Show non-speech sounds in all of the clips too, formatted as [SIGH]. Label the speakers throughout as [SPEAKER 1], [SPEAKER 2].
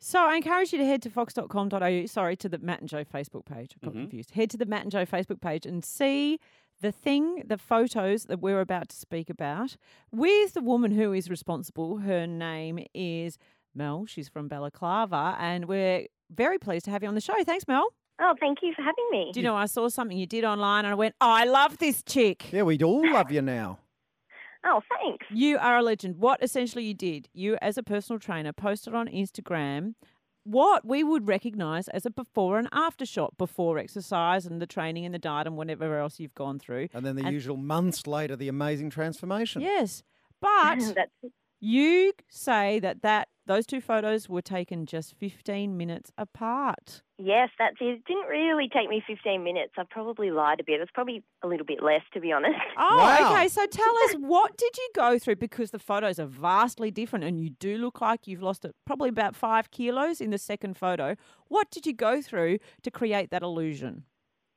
[SPEAKER 1] So I encourage you to head to fox.com.au, sorry, to the Matt and Joe Facebook page. I got
[SPEAKER 2] Mhm.
[SPEAKER 1] confused. Head to the Matt and Joe Facebook page and see the thing, the photos that we're about to speak about with the woman who is responsible. Her name is Mel. She's from Balaclava, and we're very pleased to have you on the show. Thanks, Mel.
[SPEAKER 3] Oh, thank you for having me.
[SPEAKER 1] Do you know I saw something you did online and I went, I love this chick.
[SPEAKER 4] Yeah,
[SPEAKER 1] [LAUGHS]
[SPEAKER 4] we'd all love you now.
[SPEAKER 3] Oh, thanks.
[SPEAKER 1] You are a legend. What essentially you did, you as a personal trainer posted on Instagram what we would recognize as a before and after shot before exercise and the training and the diet and whatever else you've gone through.
[SPEAKER 4] And then the
[SPEAKER 1] And-
[SPEAKER 4] usual months later, the amazing transformation.
[SPEAKER 1] Yes. But
[SPEAKER 3] [LAUGHS] That's
[SPEAKER 1] you say that, that those two photos were taken just 15 minutes apart.
[SPEAKER 3] yes, that's it. It didn't really take me 15 minutes. I probably lied a bit. It was probably a little bit less, to be honest.
[SPEAKER 1] Oh,
[SPEAKER 4] Wow.
[SPEAKER 1] okay. So tell us, what did you go through? Because the photos are vastly different, and you do look like you've lost it, probably about five kilos in the second photo. What did you go through to create that illusion?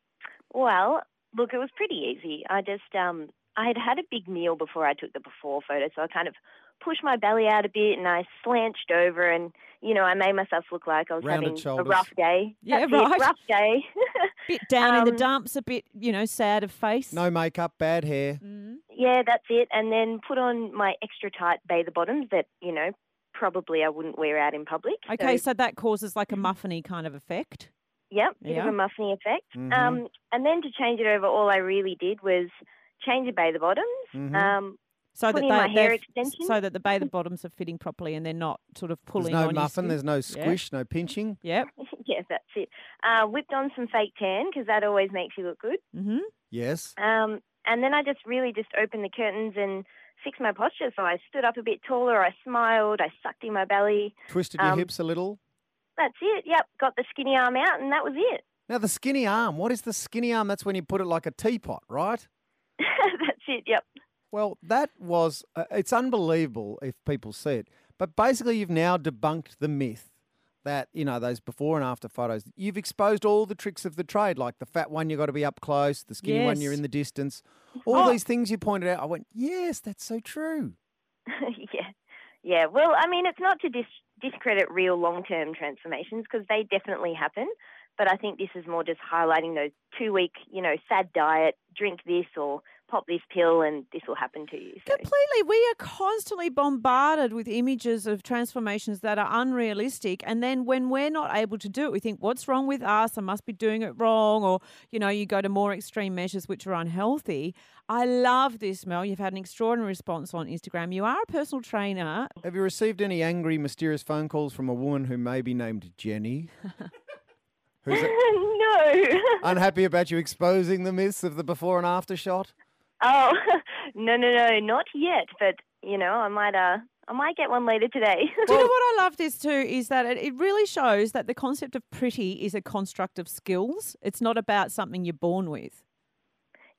[SPEAKER 3] [LAUGHS] Well, look, it was pretty easy. I just um, I had had a big meal before I took the before photo, so I kind of pushed my belly out a bit and I slanched over, and you know I made myself look like I was
[SPEAKER 4] Rounded
[SPEAKER 3] having
[SPEAKER 4] shoulders.
[SPEAKER 3] a rough day.
[SPEAKER 1] Yeah,
[SPEAKER 3] That's
[SPEAKER 1] right.
[SPEAKER 3] It, rough day. [LAUGHS]
[SPEAKER 1] Bit down in the
[SPEAKER 3] Um,
[SPEAKER 1] dumps, a bit, you know, sad of face.
[SPEAKER 4] No makeup, bad hair.
[SPEAKER 1] Mm.
[SPEAKER 3] yeah, that's it. And then put on my extra tight bather bottoms that you know probably I wouldn't wear out in public. So
[SPEAKER 1] Okay, so that causes like a
[SPEAKER 3] Mm-hmm.
[SPEAKER 1] muffiny kind of effect.
[SPEAKER 3] Yep, bit
[SPEAKER 1] Yeah.
[SPEAKER 3] of a muffiny effect.
[SPEAKER 4] Mhm.
[SPEAKER 3] Um, and then to change it over, all I really did was change the bather bottoms.
[SPEAKER 4] Mhm.
[SPEAKER 3] Um, [LAUGHS]
[SPEAKER 1] So
[SPEAKER 3] Putting
[SPEAKER 1] that they,
[SPEAKER 3] my hair
[SPEAKER 1] they're f-
[SPEAKER 3] extension.
[SPEAKER 1] so that the bay the bottoms are fitting properly and they're not sort of
[SPEAKER 4] there's
[SPEAKER 1] pulling
[SPEAKER 4] no
[SPEAKER 1] on
[SPEAKER 4] muffin,
[SPEAKER 1] your
[SPEAKER 4] there's no
[SPEAKER 1] Yeah.
[SPEAKER 4] squish, no pinching.
[SPEAKER 1] Yep.
[SPEAKER 3] yeah, that's it. Uh, whipped on some fake tan because that always makes you look good.
[SPEAKER 1] Mm-hmm.
[SPEAKER 4] Yes.
[SPEAKER 3] Um, and then I just really just opened the curtains and fixed my posture. So I stood up a bit taller. I smiled. I sucked in my belly.
[SPEAKER 4] Twisted your
[SPEAKER 3] Um,
[SPEAKER 4] hips a little.
[SPEAKER 3] That's it. Yep, got the skinny arm out, and that was it. [LAUGHS]
[SPEAKER 4] Now, the skinny arm. What is the skinny arm? That's when you put it like a teapot, right?
[SPEAKER 3] that's it. Yep.
[SPEAKER 4] Well, that was, uh, it's unbelievable if people see it. But basically, you've now debunked the myth that, you know, those before and after photos, you've exposed all the tricks of the trade, like the fat one, you've got to be up close, the skinny one, you're
[SPEAKER 1] Yes.
[SPEAKER 4] in the distance. All
[SPEAKER 1] Oh.
[SPEAKER 4] these things you pointed out, I went, yes, that's so true.
[SPEAKER 3] [LAUGHS] yeah. Yeah. Well, I mean, it's not to dis- discredit real long-term transformations because they definitely happen. But I think this is more just highlighting those two-week, you know, sad diet, drink this or pop this pill and this will happen to you. So, [LAUGHS]
[SPEAKER 1] Completely. We are constantly bombarded with images of transformations that are unrealistic. And then when we're not able to do it, we think, what's wrong with us? I must be doing it wrong. Or, you know, you go to more extreme measures which are unhealthy. I love this, Mel. You've had an extraordinary response on Instagram. You are a personal trainer.
[SPEAKER 4] Have you received any angry, mysterious phone calls from a woman who may be named
[SPEAKER 1] [LAUGHS]
[SPEAKER 4] Jenny? Who's
[SPEAKER 3] no. [LAUGHS]
[SPEAKER 4] unhappy about you exposing the myths of the before and after shot?
[SPEAKER 3] oh, [LAUGHS] no, no, no, not yet. But you know, I might, uh, I might get one later today. [LAUGHS]
[SPEAKER 1] Do you know what I love this too is that it, it really shows that the concept of pretty is a construct of skills. It's not about something you're born with.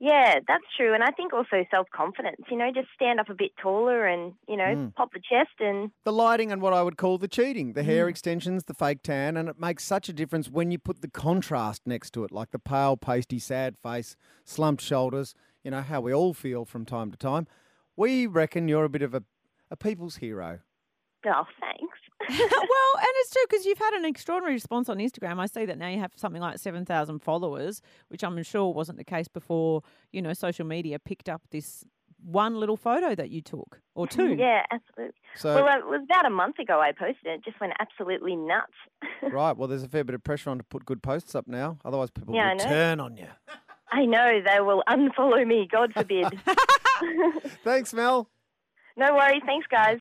[SPEAKER 3] yeah, that's true. And I think also self-confidence. You know, just stand up a bit taller and you know,
[SPEAKER 4] Mm.
[SPEAKER 3] pop the chest and
[SPEAKER 4] the lighting and what I would call the cheating, the hair extensions, the fake tan, and it makes such a difference when you put the contrast next to it, like the pale, pasty, sad face, slumped shoulders, you know, how we all feel from time to time. We reckon you're a bit of a, a people's hero.
[SPEAKER 3] oh, thanks. [LAUGHS]
[SPEAKER 1] [LAUGHS] well, and it's true because you've had an extraordinary response on Instagram. I see that now you have something like 7,000 followers, which I'm sure wasn't the case before, you know, social media picked up this one little photo that you took or two.
[SPEAKER 3] Yeah, absolutely.
[SPEAKER 4] So,
[SPEAKER 3] well, it was about a month ago I posted it. It just went absolutely nuts. [LAUGHS] uh
[SPEAKER 4] right, well, there's a fair bit of pressure on to put good posts up now, otherwise, people
[SPEAKER 3] Yeah, I
[SPEAKER 4] will
[SPEAKER 3] know.
[SPEAKER 4] turn on you.
[SPEAKER 3] I know they will unfollow me, God forbid.
[SPEAKER 4] Thanks, Mel.
[SPEAKER 3] no worries. Thanks, guys.